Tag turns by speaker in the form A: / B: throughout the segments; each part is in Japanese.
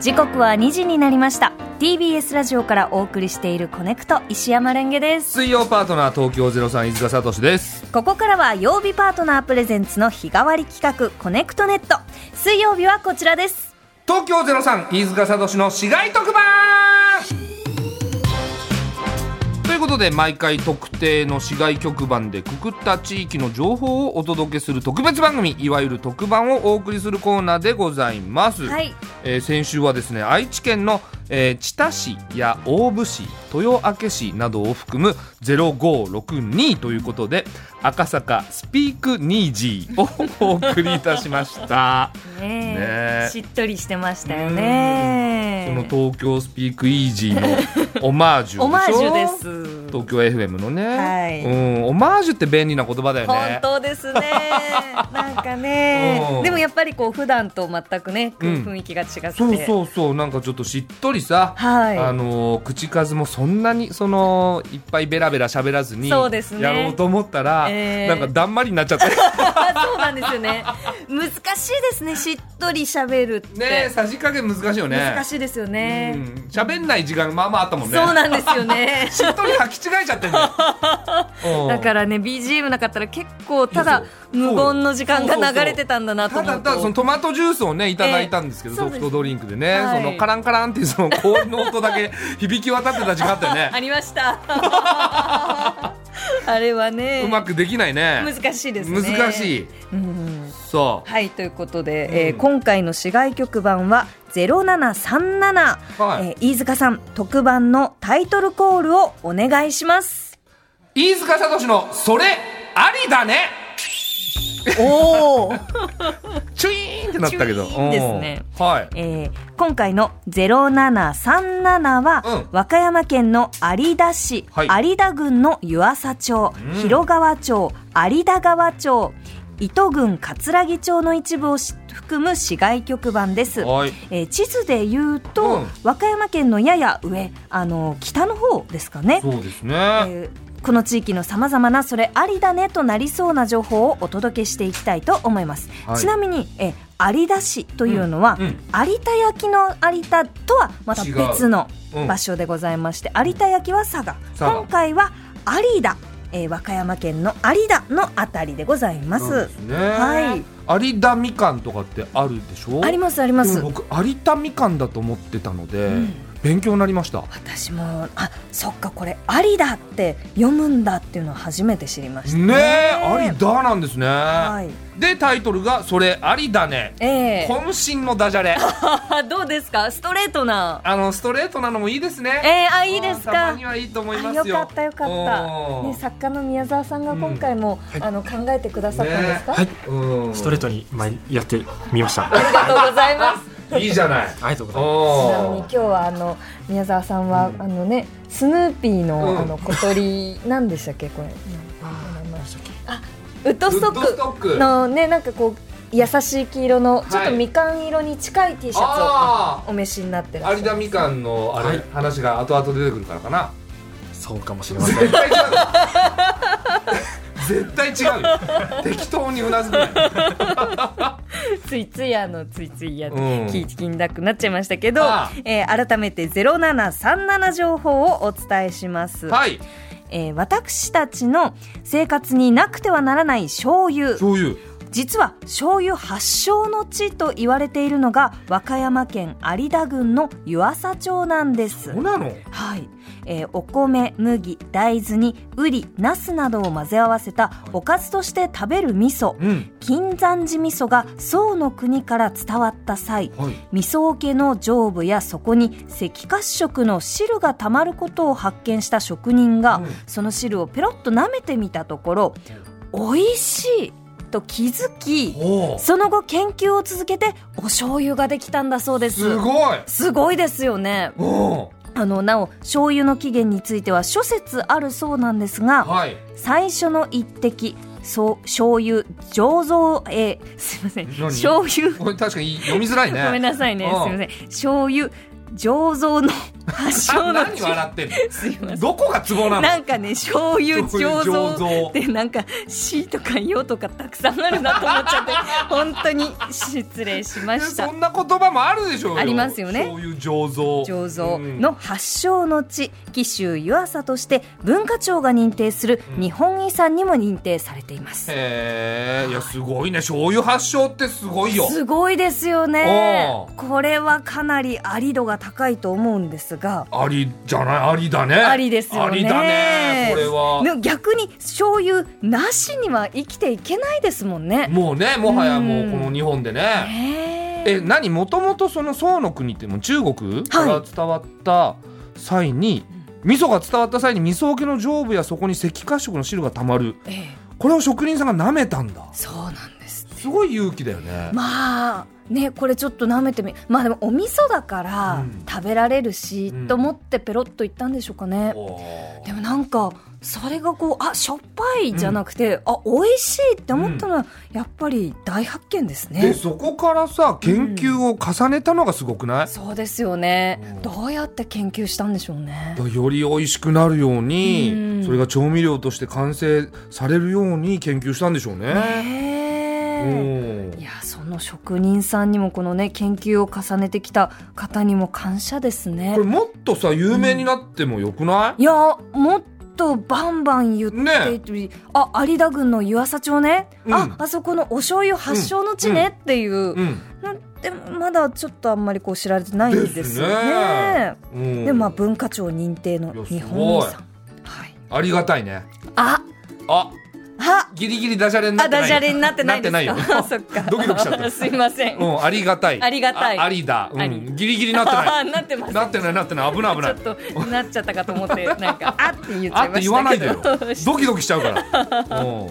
A: 時刻は2時になりました TBS ラジオからお送りしているコネクト石山レンゲです
B: 水曜パートナー東京ゼロさん飯塚聡です。
A: ここからは曜日パートナープレゼンツの日替わり企画コネクトネット水曜日はこちらです
B: 東京ゼロさん飯塚聡の市街特番。ということで毎回特定の市街局番でくくった地域の情報をお届けする特別番組いわゆる特番をお送りするコーナーでございます、
A: はい
B: えー先週はですね愛知県の、えー知多市や大府市豊明市などを含む0562ということで赤坂スピークニージーをお送りいたしました。
A: ねえ
B: ねえ
A: しっとりしてましたよね
B: その東京スピークイージ ーのオマージュでしょ
A: オマージュです
B: 東京 FM のね、
A: はい
B: うん、オマージュって便利な言葉だよ
A: 本
B: ね
A: 当です ねなんかね、
B: うん
A: でもやっぱりこう普段と全くね
B: うん
A: 雰囲気が違って、
B: そうそうそうなんかちょっとしっとりさ、
A: はい
B: あのー口数もそんなにそのいっぱいベラベラ喋らずにや
A: そうですね
B: ろうと思ったら、
A: えー
B: なんかだんまりにな っちゃって
A: あ そうなんですよね。難しいですね。しっとり喋るって。
B: ねさじ加減難しいよね
A: 難しいですよね。
B: うん喋んない時間まあまああったもんね。
A: そうなんですよね
B: しっとり履き違えちゃって る
A: だかららね BGM なかったら結構ただ
B: いやそう
A: 無言の時間が流れてたんだなと
B: た
A: 思
B: だ
A: う
B: ただその
A: と。
B: トマトジュースをねいただいたんですけど、
A: ええ
B: ソフトドリンクでね、
A: そうです
B: そのカランカランっていうその氷の音だけ響き渡ってた時間あったよ
A: あ
B: ね
A: りました。 あれはね
B: うまくできないね
A: 難しいですね。
B: 難しい
A: うん
B: そ
A: はいということで、
B: うん
A: えー今回の市外局番は0737、
B: う、はい
A: えー飯塚さん特番のタイトルコールをお願いし ます。
B: 飯塚聡の「それありだね
A: おお。」
B: チュイーンってなったけど
A: チュイーンですね
B: うんはい
A: えー今回の0737は、
B: うん
A: 和歌山県の有田市、
B: はい
A: 有田郡の湯浅町、
B: うん
A: 広川町、有田川町、糸郡葛城町の一部をし含む市街局番です。
B: はい
A: えー地図で言うと、
B: うん
A: 和歌山県のやや上、あの北の方ですかね。
B: そうですね、
A: えーこの地域のさまざまなそれありだねとなりそうな情報をお届けしていきたいと思います、
B: はい
A: ちなみに、えー有田市というのは、
B: うんうん
A: 有田焼の有田とはまた
B: 違う
A: 別の
B: うん
A: 場所でございまして、有田焼は佐賀
B: 佐賀
A: 今回は有田、えー和歌山県の有田のあたりでございま
B: そう
A: す
B: ですね、
A: はい
B: 有田みかんとかってあるでしょ
A: ありますあります、
B: でも僕有田みかんだと思ってたので、
A: ん
B: 勉強になりました
A: 私もあそっかこれ有田って読むんだっていうのを初めて知りました
B: ねえ有田なんですね、
A: はい
B: でタイトルが「それありだね」
A: えー、
B: 渾身のダジャレ
A: どうですかストレートな
B: あのストレートなのもいいですね
A: えー、あいいです
B: た
A: か
B: まにはいいと思い
A: あ
B: ます
A: よ
B: よ
A: かったよかった、
B: うん
A: ね、作家の宮沢さんが今回も、あの考えてくださったんですか、
B: ねえうん
C: ストレートに前やってみました。
A: ありがとうございます
B: いいじゃない
C: ありがとうござい
A: ち
C: ま
A: なみに
B: お
A: 今日はあの宮沢さんは、あのねスヌーピーの,、
B: うん
A: あの小鳥なんでしたっけこれなんていう名前あウッドスト
B: ウッドスト
A: ッ
B: ッ
A: ク
B: ク
A: のねなんかこう優しい黄色のちょっと
B: はい
A: みかん色に近い T シャツを、
B: あ
A: お召しになってらっしゃ
B: あ
A: る
B: 有田みかんのあれ、
C: はい
B: 話が後々出てくるからかな
C: す。そうかもしれません。
B: 絶対違う絶対違うよ適当にうなずくなよ
A: ついついあのついついや、
B: うん
A: 聞いてきなくなっちゃいましたけど
B: ああ、
A: えー改めて0737情報をお伝えします、
B: はい
A: えー私たちの生活になくてはならない醤油
B: 醤油
A: 実は醤油発祥の地と言われているのが和歌山県有田郡の湯浅町なんです
B: そうなの
A: はい、えーお米麦大豆にウリナスなどを混ぜ合わせたおかずとして食べる味噌
B: うん
A: 金山寺味噌が宋の国から伝わった際
B: はい
A: 味噌桶の上部や底に赤褐色の汁がたまることを発見した職人が、
B: うん
A: その汁をペロッと舐めてみたところ美味しいと気づき
B: おー
A: その後研究を続けてお醤油ができたんだそうです
B: すごい
A: すごいですよね
B: おー
A: あのなお醤油の起源については諸説あるそうなんですが、
B: はい
A: 最初の一滴そう醤油醸造えーすいません
B: 何
A: 醤油
B: これ確かに読みづらいね
A: ごめんなさいね
B: うん
A: すいません醤油醸造の発祥
B: あ
A: の
B: 何
A: 地
B: 笑ってん
A: すいま
B: の
A: せん
B: どこがツボなの
A: なんかね醤油醸
B: 醤油醸造
A: 造ってなんか「し」とか「よ」とかたくさんあるなと思っちゃって本当に失礼しまし
B: そ
A: た
B: んな言葉もあるでしょうよ
A: ありますよね
B: そういう醸造
A: 醸造の発祥の地紀州湯浅として文化庁が認定する日本遺産にも認定されています
B: へえいやすごいね醤油発祥ってすごいよ
A: すごいですよね
B: おー
A: これはかなりあり度が高いと思うんですが
B: ありじゃないありだね
A: ありですよね
B: ありだねこれは
A: でも逆に醤油なしには生きていけないですもんね
B: もうねもはやもう
A: うん
B: この日本でね
A: へー
B: え何もともとその宋の国ってもう中国から伝わった際に、味噌が伝わった際に味噌桶の上部やそこに赤褐色の汁がたまる
A: ええ
B: これを職人さんが舐めたんだ
A: そうなんです
B: すごい勇気だよね、
A: まあねこれちょっと舐めてみまあでもお味噌だから
B: うん
A: 食べられるし、
B: うん
A: と思ってペロッといったんでしょうかね、
B: おー
A: でもなんかそれがこうあしょっぱいじゃなくて、あ美味しいって思ったのは、やっぱり大発見ですね
B: でそこからさ研究を重ねたのがすごくない、
A: そうですよね、
B: うん
A: どうやって研究したんでしょうね
B: だからより美味しくなるように、
A: うん
B: それが調味料として完成されるように研究したんでしょうね。
A: ねえ
B: うん
A: いやその職人さんにもこのね研究を重ねてきた方にも感謝ですね
B: これもっとさ有名になってもよくない
A: いやもっとバンバン言っていて、あ有田郡の湯浅町ね、
B: うん
A: ああそこのお醤油発祥の地ねっていう、
B: うん、
A: なんでもまだちょっとあんまりこう知られてないんですよ
B: で
A: ね。
B: うん、
A: でまあ文化庁認定の
B: いや
A: 日本遺
B: す
A: 産。はい。
B: ありがたいね
A: あ
B: あ
A: あ
B: ギリギリダジャレになっ
A: あ
B: てない
A: ダジャレになってないですか。
B: なってない よ
A: あそっか。
B: ドキドキしちゃった
A: すいません。
B: うん、ありがたい
A: ありがたい
B: あありだ、う
A: あり
B: ん、ギリギリなって な
A: あ
B: い
A: なってます。
B: なってないなってない危ない危ない
A: ちょっとなっちゃったかと思ってなん かあって言っち
B: あ
A: ゃい
B: って
A: ま
B: 言わな
A: し
B: いで
A: た
B: よ
A: けど。
B: ドキドキしちゃ うから、う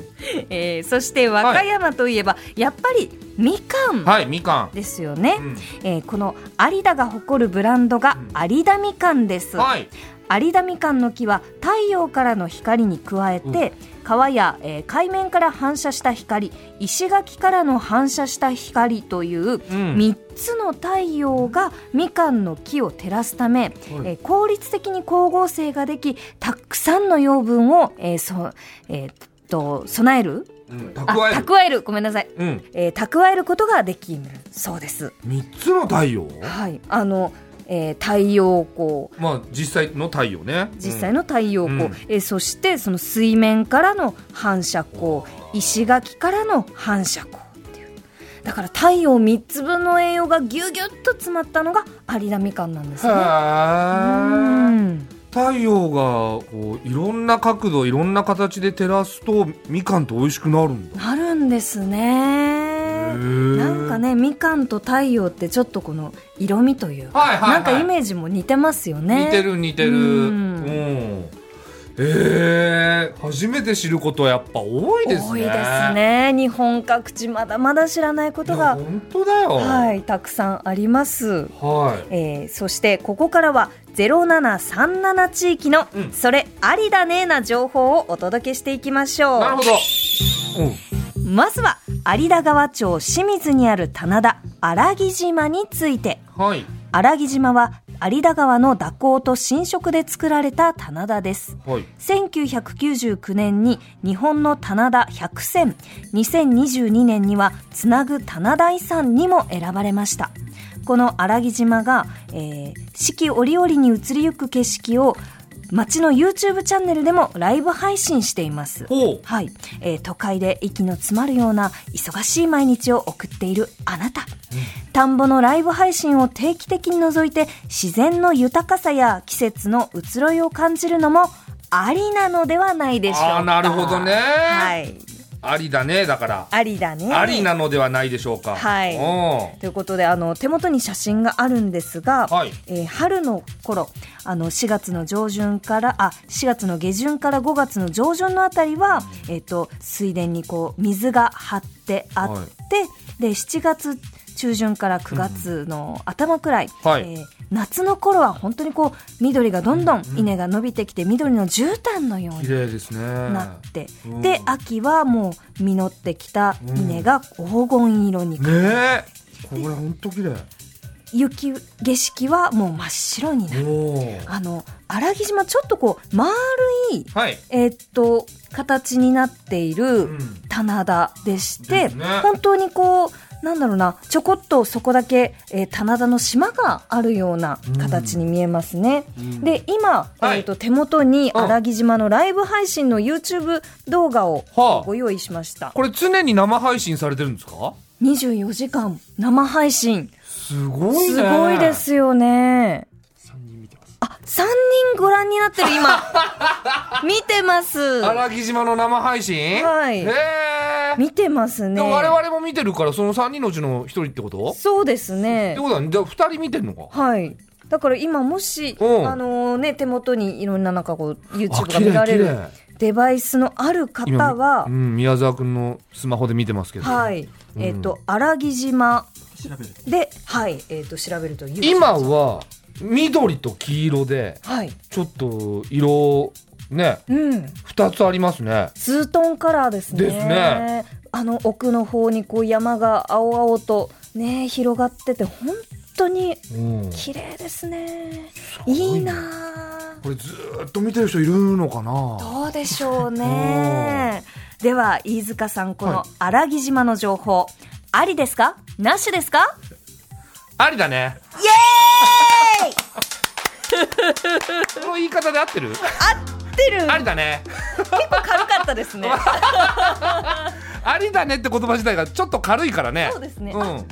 A: えーそして和歌山といえば、やっぱりみかん
B: ん、はいみかん、
A: ですよね、
B: うん
A: えーこの有田が誇るブランドが有田みかんです、
B: はい
A: 有田みかんの木は太陽からの光に加えて、川や、えー海面から反射した光石垣からの反射した光という
B: うん
A: 3つの太陽がみかんの木を照らすため、えー効率的に光合成ができたくさんの養分を、えーそえーっと備える
B: うん、
A: あ
B: 蓄える
A: 蓄えるごめんなさい、
B: うん、
A: えー蓄えることができるそうです。
B: 三つの太陽
A: はい、あの、えー太陽光
B: まあ実際の太陽ね
A: 実際の
B: の、
A: 太陽光、
B: うん
A: えーそしてその水面からの反射光石垣からの反射光っていうだから太陽3つ分の栄養がぎゅうぎゅっと詰まったのが有田みかんなんです
B: うん
A: ね。う
B: へえ
A: ん
B: 太陽がこういろんな角度いろんな形で照らすとみかんって美味しくなるんだ
A: なるんですね。なんかねみかんと太陽ってちょっとこの色味というか、
B: はいはい、はい、
A: なんかイメージも似てますよね。
B: 似てる似てるう
A: うんん
B: えー、初めて知ることやっぱ多いですね
A: 多いですね日本各地まだまだ知らないこ
B: いや
A: とが、
B: 本当だよ
A: はい、たくさんあります、
B: はい
A: えーそしてここからは0737地域の、
B: うん
A: それありだねーな情報をお届けしていきましょう
B: なるほど、うん、
A: まずは有田川町清水にある棚田荒木島について
B: はい
A: 荒木島は有田川の蛇行と浸食で作られた棚田です
B: はい
A: 1999年に日本の棚田100選2022年にはつなぐ棚田遺産にも選ばれましたこの荒木島が、えー四季折々に移りゆく景色を町の YouTube チャンネルでもライブ配信しています
B: ほう
A: はい、えー都会で息の詰まるような忙しい毎日を送っているあなた、田んぼのライブ配信を定期的に覗いて自然の豊かさや季節の移ろいを感じるのもありなのではないでしょうか
B: あーなるほどね
A: はい
B: ありだねだから
A: ありだね
B: ありなのではないでしょうか。
A: はい
B: うん
A: ということであの手元に写真があるんですが、
B: はい
A: えー春の頃あの4月の上旬からあ4月の下旬から5月の上旬のあたりは、えっと水田にこう水が張ってあって、
B: は
A: で7月中旬から9月の頭くらい、
B: はい
A: えー夏の頃は本当にこう緑がどんどん稲が伸びてきて緑の絨毯のように
B: 綺麗ですね。
A: なって、
B: うん
A: で秋はもう実ってきた稲が黄金色に
B: ねえ。これ本当綺麗。
A: 雪景色はもう真っ白になる。あの荒木島ちょっとこう丸い
B: はい。
A: えーっと形になっている棚田でして、
B: ですね
A: 本当にこうなんだろうなちょこっとそこだけ、えー棚田の島があるような形に見えますね。で今、
B: は
A: え
B: い
A: ーっと手元に
B: うん
A: 荒木島のライブ配信の YouTube 動画を
B: はあ
A: ご用意しました。
B: これ常に生配信されてるんですか
A: 24時間生配信
B: すご
A: すごいで。すよね。
C: 三人見てます。
A: あ、3人ご覧になってる 今。見てます。
B: 荒木島の生配信
A: はい
B: へえ。
A: 見てますね。
B: でも我々も見てるから、その3人のうちの1人ってことっ
A: そうですね
B: てこ。とは、じゃあ2人見てんのか
A: はい。だから今もし、
B: うん
A: あのね、手元にいろんななんかこう、
B: あ
A: YouTube が
B: 綺
A: 見ら
B: 麗
A: れる
B: 綺麗
A: デバイスのある方は
B: う、ん、宮沢くんのスマホで見てますけど。
A: はい。
B: うん
A: えっ、と、荒木島
C: 調べる。
A: で、はい、えっ、と、調べるという。
B: 今は、緑と黄色で、
A: はい。
B: ちょっと色、ね、
A: うん。
B: 2つありますね。
A: ツートンカラーですね。
B: ですね
A: あの奥の方にこう山が青々とね広がってて本当に
B: うん
A: 綺麗ですね。
B: ごいね
A: いいなあ。
B: これずーっと見てる人いるのかな
A: どうでしょうね。では飯塚さんこの荒木島の情報、ありですか？なしですか？
B: ありだね。
A: イエーイ。
B: この言い方で合ってる
A: 合ってる。
B: ありだね。
A: 軽かったですね。
B: ありだねって言葉自体がちょっと軽いからね。
A: そうですね
B: うん。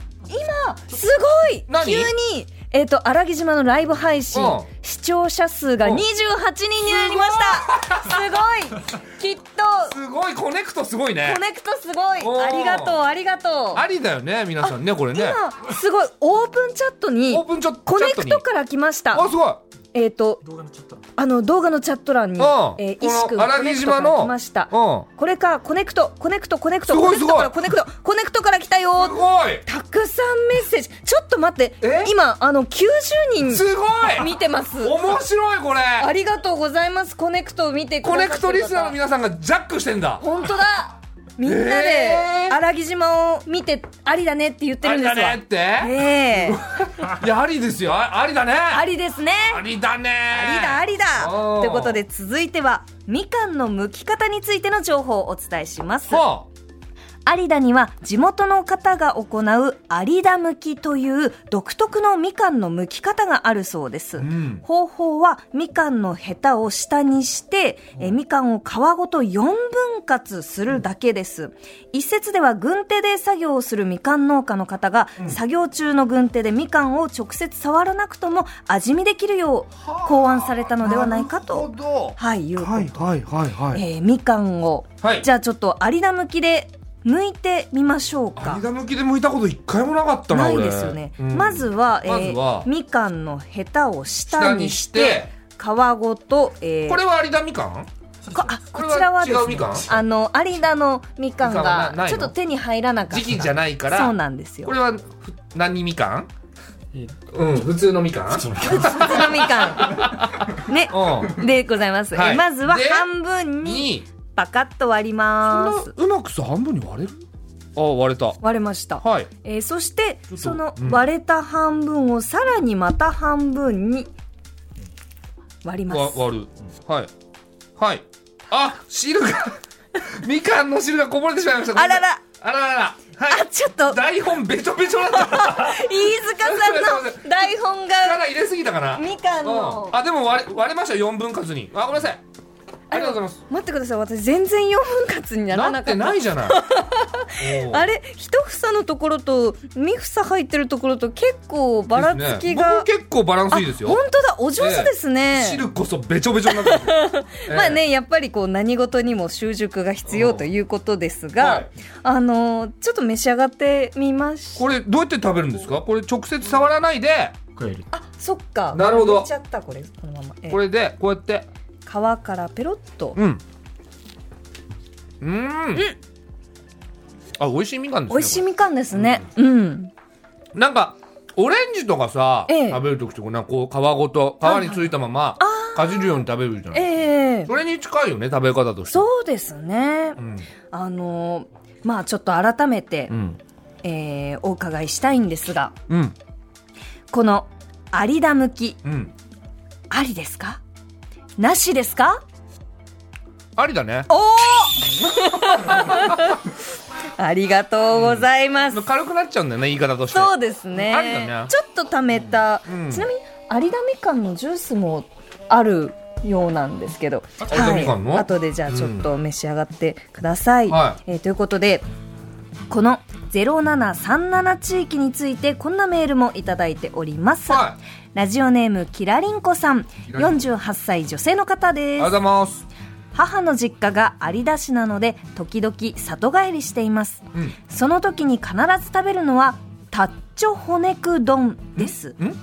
A: すごい
B: 何
A: 急に、えっと荒木島のライブ配信、
B: うん
A: 視聴者数が28
B: うん
A: 人になりましたすごい きっと
B: すごい、コネクトすごいね
A: コ。ネクトすごい
B: おー
A: ありがとうありがとう
B: ありだよね、皆さんね、これね。
A: 今すごいオープンチャットに
B: オープンチャ
A: コ
B: チャ
A: ネ
B: ット
A: ク
B: に。
A: トから来ました
B: あ、すごい。
A: えっ、と
C: 動画のちょっと。
A: あの動画のチャット欄に、
B: うん
A: えー、
B: この
A: 石君がコネクトから来ました
B: う
A: これかコネクトコネクトコネクト
B: す
A: コ
B: ご
A: ネ
B: い
A: ク
B: す
A: ト
B: ご
A: か
B: い
A: らコネクトコネクトから来たよー
B: ん。すごい。
A: たくさんメッセージちょっと待って
B: え
A: 今あの90人
B: すごい。
A: 見てます
B: 面白い、これ。
A: ありがとうございますコネクトを見てくだ
B: コ
A: さって
B: ネ
A: る方
B: クトリスナーの皆さんがジャックしてんだ。
A: 本当だみんなで
B: えー
A: 荒木島を見てありだねって言って
B: あ
A: るん
B: り
A: です
B: だ
A: わ
B: ねって。
A: ええ
B: いや、ありですよ。あありだね。
A: あ
B: あ
A: りですね
B: りだね。
A: ありだありだ
B: おー
A: ということで続いてはみかんの剥き方についての情報をお伝えします
B: は
A: 有田には地元の方が行う有田剥きという独特のみかんの剥き方があるそうです、
B: あ。うん。
A: 方法はみかんのヘタを下にして、えーみかんを皮ごと4分割するだけです。一説では軍手で作業をするみかん農家の方が、作業中の軍手でみかんを直接触らなくとも味見できるよう考案されたのではないかと、
B: なるほど
A: はい、いうこと、
C: はいはいは。
A: えーみかんを、
B: はい
A: じゃあちょっと有田向きで剥いてみましょうか
B: 有。田向きで向いたこと一回もなかったな
A: ない
B: 俺
A: ですよね、
B: うん
A: まずは、え
B: まず
A: ー
B: は
A: みかんのヘタを下
B: 下
A: に
B: に
A: し
B: してて
A: 皮ごと、えー
B: これは有田みかん
A: こあこ
B: これは
A: ちらはで
B: 違
A: す
B: う
A: ね
B: みかん
A: あの有田のみかん
B: みかんはな
A: が
B: い
A: ちょっと手に入らなかった
B: 時期じゃ
A: い
B: ないから
A: そうなんですよ
B: これはふ何みかん
C: えー
B: うん普通のみかん
C: 普通の
A: 普通のみか んね
B: う
A: でございます、
B: はい
A: えまずは
B: で
A: 半分
B: ん
A: に
B: に
A: パカッと割り
B: そん
A: ま
B: な
A: す
B: うまくさ半分に割れるあ割れた
A: 割れました、
B: はい
A: えーそして
B: と
A: その
B: うん
A: 割れた半分をさらにまた半分に割りま
B: わ
A: す
B: 割るはいはいあ汁が みかんの汁がこぼれてしまいました
A: あらら
B: あらららは
A: あ
B: い
A: ちょっと
B: 台本べちょべちょだった
A: 飯塚さん
B: すいませ
A: の台本が
B: 力入れすぎたかな
A: みかん
B: う
A: の
B: んあでも割れ割れましたよ4分割にあごめんなさいありがとうございます
A: 待ってください私全然4分割になら
B: な
A: な
B: っ
A: かってた
B: ないじゃないおう
A: あれ一房のところと二房入ってるところと結構ばらつきが、
B: ですね僕結構バランスいいです
A: あ
B: よ
A: 本当だお上手ですね、
B: 汁こそべちょべちょになってるえ え
A: まあねやっぱりこう何事にも習熟が必要ということですが、
B: はい
A: あのーちょっと召し上がってみまし
B: これどうやって食べるんですかこれ直接触らないで
C: これより
A: あそっか
B: なるほど
A: 割れちゃったこれこのまま、ええ
B: これでこうやって
A: 皮からペロッと
B: うんうんあ美味しいみかんですね
A: 美味しいみかんですねうん、
B: これなんかオレンジとかさ、
A: ええ
B: 食べる時とかなんかこう皮ごと皮についたままかじるように食べるじゃない、
A: ええ
B: それに近いよね食べ方として
A: そうですね、
B: うん
A: あのーまあちょっと改めて、
B: うん
A: えーお伺いしたいんですが
B: うん
A: この有田向き
B: うん。
A: ありですかなしですか
B: ありだね。
A: おおありがとうございます、
B: 軽くなっちゃうんだよね、言い方として。
A: そうですね
B: ありだね
A: ちょっとためた、
B: うん
A: ちなみに有田みかんのジュースもあるようなんですけど、
B: 有田みかんの
A: 後でじゃあちょっと召し上がってください、
B: うんはい
A: えーということでこの0737地域についてこんなメールもいただいております、
B: はい。
A: ラジオネームきらりんこさん
B: きらりん
A: 48歳女性の方
B: あり
A: で
B: がとうご
A: す
B: ざいます。
A: 母の実家が有田市なので時々里帰りしています
B: うん。
A: その時に必ず食べるのはタッチョ骨く丼です
B: んん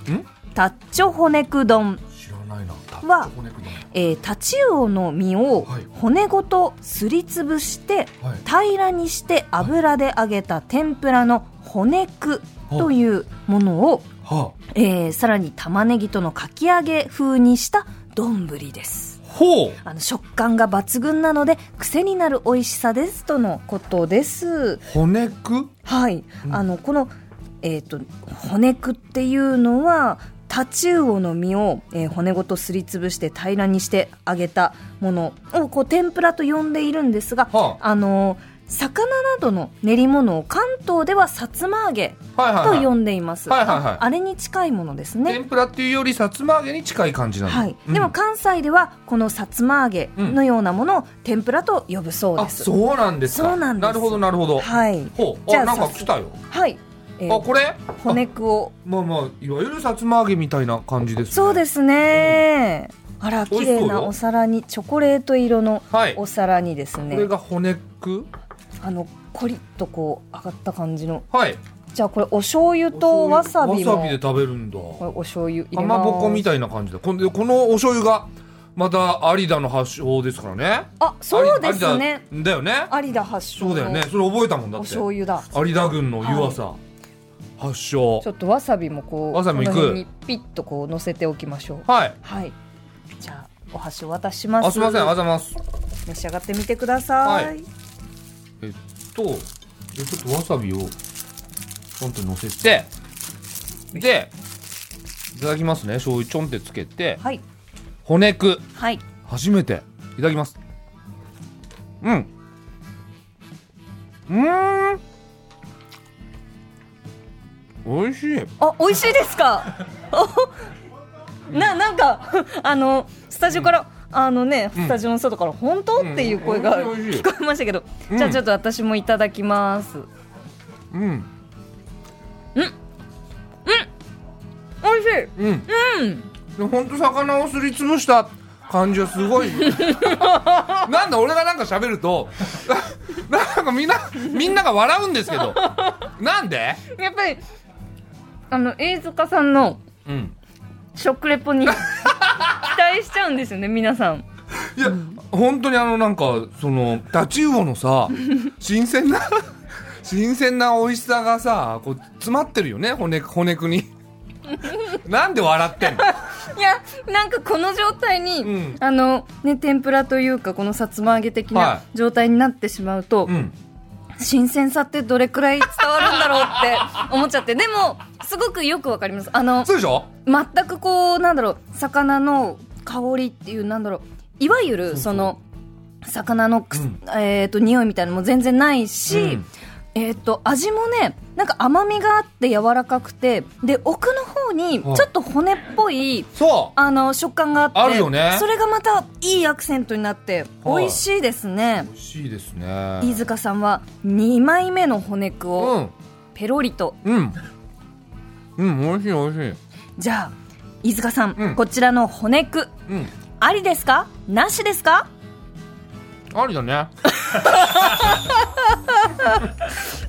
A: タッチョ骨く丼
B: 知らないな。タ
A: は
B: 骨くん
A: えー、タチウオの身を
B: はい
A: 骨ごとすりつぶして
B: はい
A: 平らにして油で揚げた天ぷらの骨くというものを、
B: はあ。
A: えー、さらに玉ねぎとのかき揚げ風にした丼です
B: ほう。
A: あの食感が抜群なので癖になる美味しさですとのことです
B: 骨く
A: はい、あのこの、えー、と骨くっていうのはタチウオの身を、えー骨ごとすりつぶして平らにして揚げたものをこう天ぷらと呼んでいるんですが、
B: は
A: あの魚などの練り物を関東ではさつま揚げ
B: あ。はい
A: と
B: はい、
A: 呼
B: はい。
A: んでいます、
B: はいはいはい
A: ああれに近いものですね
B: 天ぷらっていうよりさつま揚げに近い感じなんだ。
A: はい、
B: うん
A: でも関西ではこのさつま揚げのようなものを天ぷらと呼ぶそう
B: あ、
A: です、
B: そうなんですか。
A: そうなんです
B: なるほどなるほど。
A: はい
B: ほう。
A: じゃ
B: あ、
A: あ
B: なんか
A: 早速
B: 来たよ。
A: はい、えー
B: あ、これ。
A: 骨くを
B: まあまあいわゆるさつま揚げみたいな感じです、ね。。
A: そうですすね。あら、
B: 美
A: 綺
B: 味しそうよ
A: 麗なお皿に、チョコレート色の
B: はい。こ
A: お皿にですね、
B: れが骨く。
A: あの、コリッとこう、上がった感じの。
B: はい。
A: じゃあこれ、お醤油とわさびも。
B: わさびで食べるんだ。
A: これお醤油入
B: か
A: れ
B: ま
A: ます。
B: ぼこみたいな感じだ。このこのお醤油がまた有田の発祥ですからね。
A: あ、そうですね。
B: 有田だよね。
A: 有田発祥
B: そ
A: の
B: うだよね。それ覚えたもんだ
A: お
B: って。
A: 醤油だ。
B: 有田郡の湯浅、発祥
A: ちょっとわさびもこう、
B: わさびもいく
A: この辺にピッとこう乗せておきましょう。
B: はい
A: はい。じゃあ、お箸を渡します。
B: あすみませんありがとうございます
A: 召し上がってみてください。
B: はいえっとでちょっとわさびをポンってのせてでいただきますね醤油ちょんってつけて
A: はい。
B: 骨く
A: はい。
B: 初めていただきますうんうーん美味しい
A: あ、美味しいですか。おな、なんか、あの、スタジオから、あのね、
B: ん
A: スタジオの外から、本当、
B: ん
A: っていう声が
B: 美味しい美味しい
A: 聞こえましたけど。
B: うん
A: じゃ、あちょっと私もいただきます。
B: うん
A: 美味しい。
B: うんうんほんと魚をすりつぶした感じはす ごいなんだ俺がなんか喋ると ななんかみんなみんなが笑うんですけどなんで
A: やっぱり、あの、飯塚さんの
B: うん
A: 食レ ポに。期待しちゃうんですよね、皆さん。
B: いや本当にあのなんかそのタチウオのさ新鮮な新鮮な美味しさがさこう詰まってるよね骨骨くになんで笑ってんの
A: いや、なんかこの状態に、
B: うん
A: あの、ね、天ぷらというか、このさつま揚げ的
B: は
A: な状態になってしまうと。
B: うん
A: 新鮮さってどれくらい伝わるんだろうって思っちゃ ってでもすごくよくわかりますあの
B: そうでしょ
A: 全くこうなんだろう魚の香りっていうなんだろういわゆるその魚のくす、
B: うん
A: えー、と匂いみたいなのも全然ないし、
B: うん
A: えー、と味もねなんか甘みがあって柔らかくてで奥の方にち
B: はい
A: ょっと骨っぽい
B: そう
A: あの食感があって
B: あるよね
A: それがまたいいアクセントになって美味しいですね。
B: 美味しいですね
A: 飯塚さんは2枚目の骨肉
B: う
A: を
B: ん
A: ペロリと、
B: うん。うん、美味しい、美味しい。
A: じゃあ飯塚さん、
B: うん
A: こちらの骨肉
B: うん。
A: ありですかなしですか
B: ありだね。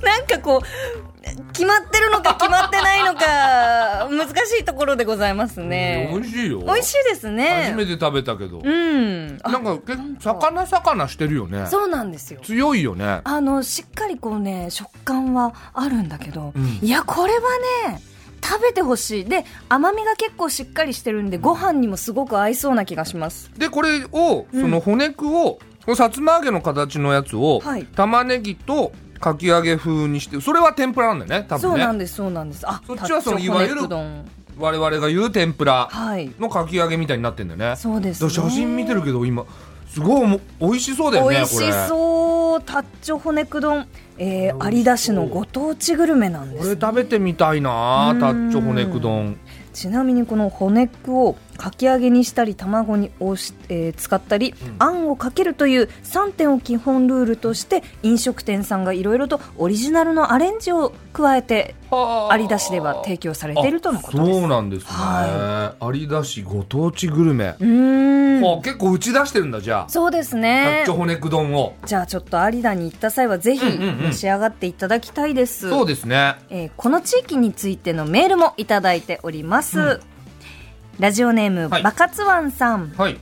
A: なんかこう決まってるのか決まってないのか難しいところでございますね
B: 美味しいよ。
A: 美味しいです
B: 初
A: ね
B: めて食べたけど。
A: うんあ
B: なんか、結構、魚魚してるよね。
A: そうなんですよ
B: 強いよね。
A: あのしっかりこうね食感はあるんだけど、
B: うん
A: いやこれはね食べてほしいで甘みが結構しっかりしてるんでご飯にもすごく合いそうな気がします
B: で、これを、
A: うん
B: その骨くを、このさつま揚げの形のやつを
A: はい、
B: 玉ねぎとかき揚げ風にして、それは天ぷらなんだよね、多
A: そうな
B: 分
A: ん
B: ね。
A: ですそうなんですあ
B: そっちはその
A: タッチョ
B: いわゆる
A: 骨うどん
B: 我々が言う天ぷら
A: はい
B: のかき揚げみたいになってんだよね
A: そうです、
B: だ
A: ね、
B: から写真見てるけど今すごいおも美味しそうだよね
A: 美味し
B: こ
A: そうタッチョ骨く丼、えー、有田市のご当地グルメなん
B: れ
A: で
B: こ
A: す
B: れ
A: ね、
B: 食べてみたいな
A: うん
B: タッチョ骨く丼
A: ちなみにこの骨くをかき揚げにしたり卵におし、えー使ったり、あんをかけるという3点を基本ルールとして飲食店さんがいろいろとオリジナルのアレンジを加えて有田市では提供されているとのことです
B: そうなんですね、
A: は
B: 有田市ご当地グルメ、
A: うーん
B: もう結構打ち出してるんだじゃあ
A: そうです
B: タッ
A: ね
B: チョ骨く丼を
A: じゃあちょっと有田に行った際はぜひ
B: うんうんうん
A: 召し上がっていただきたいです、
B: そうですね
A: えーこの地域についてのメールもいただいております、ラジオネーム、
B: はい
A: バカツワンさん
B: はい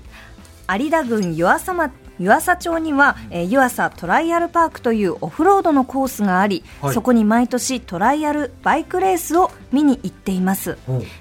A: 有田郡湯浅,、ま、湯浅町には、えー湯浅トライアルパークというオフロードのコースがあり、
B: はい
A: そこに毎年トライアルバイクレースを見に行っています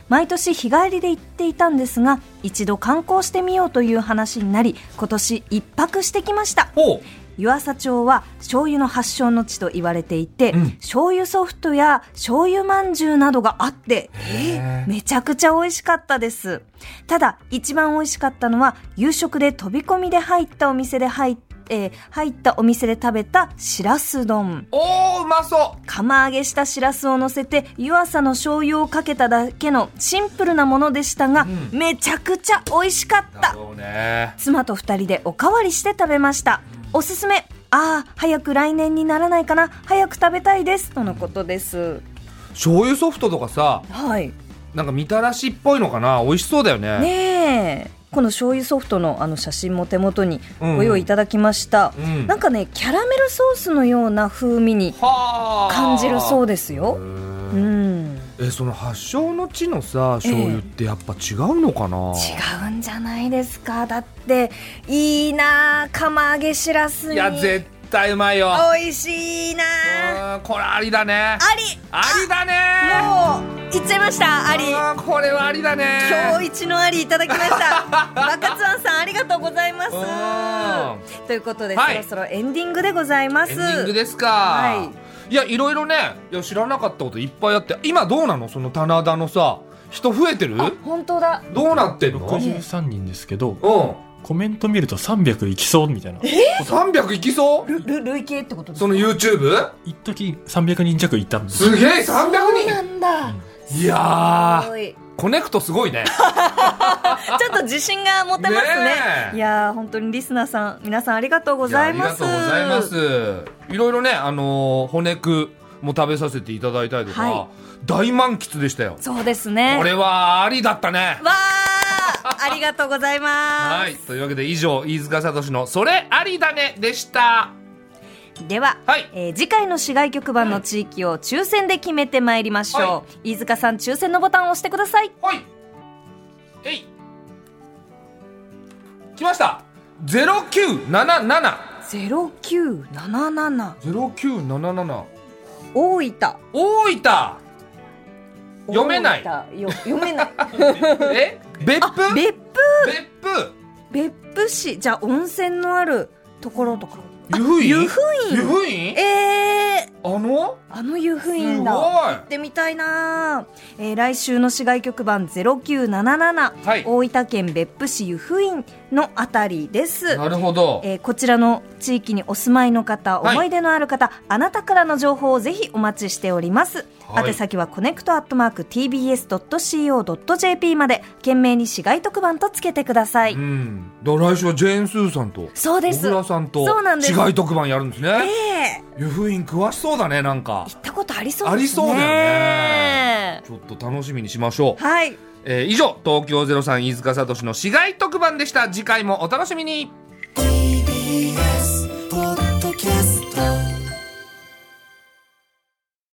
A: 毎年日帰りで行っていたんですが一度観光してみようという話になり今年一泊してきました
B: ほう
A: 湯浅町は醤油の発祥の地と言われていて、
B: うん
A: 醤油ソフトや醤油まんじゅうなどがあって、
B: へー
A: めちゃくちゃ美味しかったですただ一番美味しかったのは夕食で飛び込みで入ったお店で入っえー入ったお店で食べたしらす丼
B: おーうまそ
A: 釜揚げしたしらすを乗せて湯浅の醤油をかけただけのシンプルなものでしたが、
B: う
A: めちゃくちゃ美味しかっ
B: う
A: た
B: だろうね
A: 妻と二人でおかわりして食べましたおすすめああ早く来年にならないかな早く食べたいですとのことです
B: 醤油ソフトとかさ
A: はい
B: なんかみたらしっぽいのかな美味しそうだよね
A: ねえこの醤油ソフトのあの写真も手元にご用意いただきました、
B: うん
A: なんかねキャラメルソースのような風味に
B: はあ
A: 感じるそううですよう
B: よ
A: ん
B: えその発祥の地のさ醤油ってやっぱ違うのかな、
A: 違うんじゃないですかだっていいなあ釜揚げしらす
B: い
A: に
B: や絶対うまいよ
A: 美味しいなあ
B: うんこれありだね
A: あり
B: ありだね
A: もう行っちゃいましたあり
B: あこれはありだね
A: 今日一のありいただきました。バカツワンさんありがとうございま
B: う
A: す。ということで、
B: はい
A: そろそろエンディングでございます。
B: エンディングですか、、
A: はい
B: やいろいろねいや知らなかったこといっぱいあって今どうなのその棚田のさ人増えてる
A: あ、本当だ。
B: どうなってんの
A: 十
C: 63人ですけど、
B: うん
C: コメント見ると300いきそうみたいな。
B: 300いきそう
A: ルル累計ってことです
B: そ
A: か。
B: の YouTube?
C: 一時300人弱いたんです。
B: すげえ300
A: そうなんだ。
B: 人いや
A: す
B: ー
A: ごい
B: コネクトすごいね
A: ちょっと自信が持て ます
B: ね
A: ね。
B: え
A: いやー本当にリスナーさん皆さんありがとうご
B: いや
A: ざ
B: あ
A: い
B: り
A: ま
B: が
A: す。
B: とうございま。すいろいろねあのー骨くも食べさせていただいたりとか、
A: はい
B: 大満喫でしたよ
A: そうですね。
B: これはありだったね
A: わーありがとうございま
B: はいというわけで以上飯塚聡の「それありだね」でした
A: す。では。
B: はい
A: えー次回の市外局番の地域を抽選で決めてまいりましょう、
B: は
A: 飯塚さん抽選のボタンを押してください
B: はいえい来ました0977
A: 0977
B: 0977
A: 大分
B: 大分読めない
A: 大分よ読め ない
B: え 別府別
A: 別府
B: 府
A: 別府市じゃあ温泉のあるところとか
B: 湯布院
A: 湯布院
B: 湯布院
A: えー、
B: あの
A: あの湯布
B: すご
A: 院
B: い
A: だ行ってみたいな、えー来週の市外局番0977、
B: はい
A: 大分県別府市湯布院のあたりです
B: なるほど
A: えーこちらの地域にお住まいの方、
B: はい
A: 思い出のある方あなたからの情報をぜひお待ちしております、
B: はい
A: 宛先はコネクトアットマーク TBS.CO.JP まで懸命に市街特番とつけてください、
B: うんだから来週はジェーン・スーさんと
A: そうで
B: 小
A: す
B: 倉さんと
A: そうなんです
B: 市街特番やるんです
A: え
B: ね
A: え
B: 湯布院詳しそうだねなんか
A: 行ったことありそうですね
B: ありそうだよねちょっと楽しみにしましょう、
A: はい
B: えー以上東京03飯塚聡の市街特番でした次回もお楽しみに
D: TBS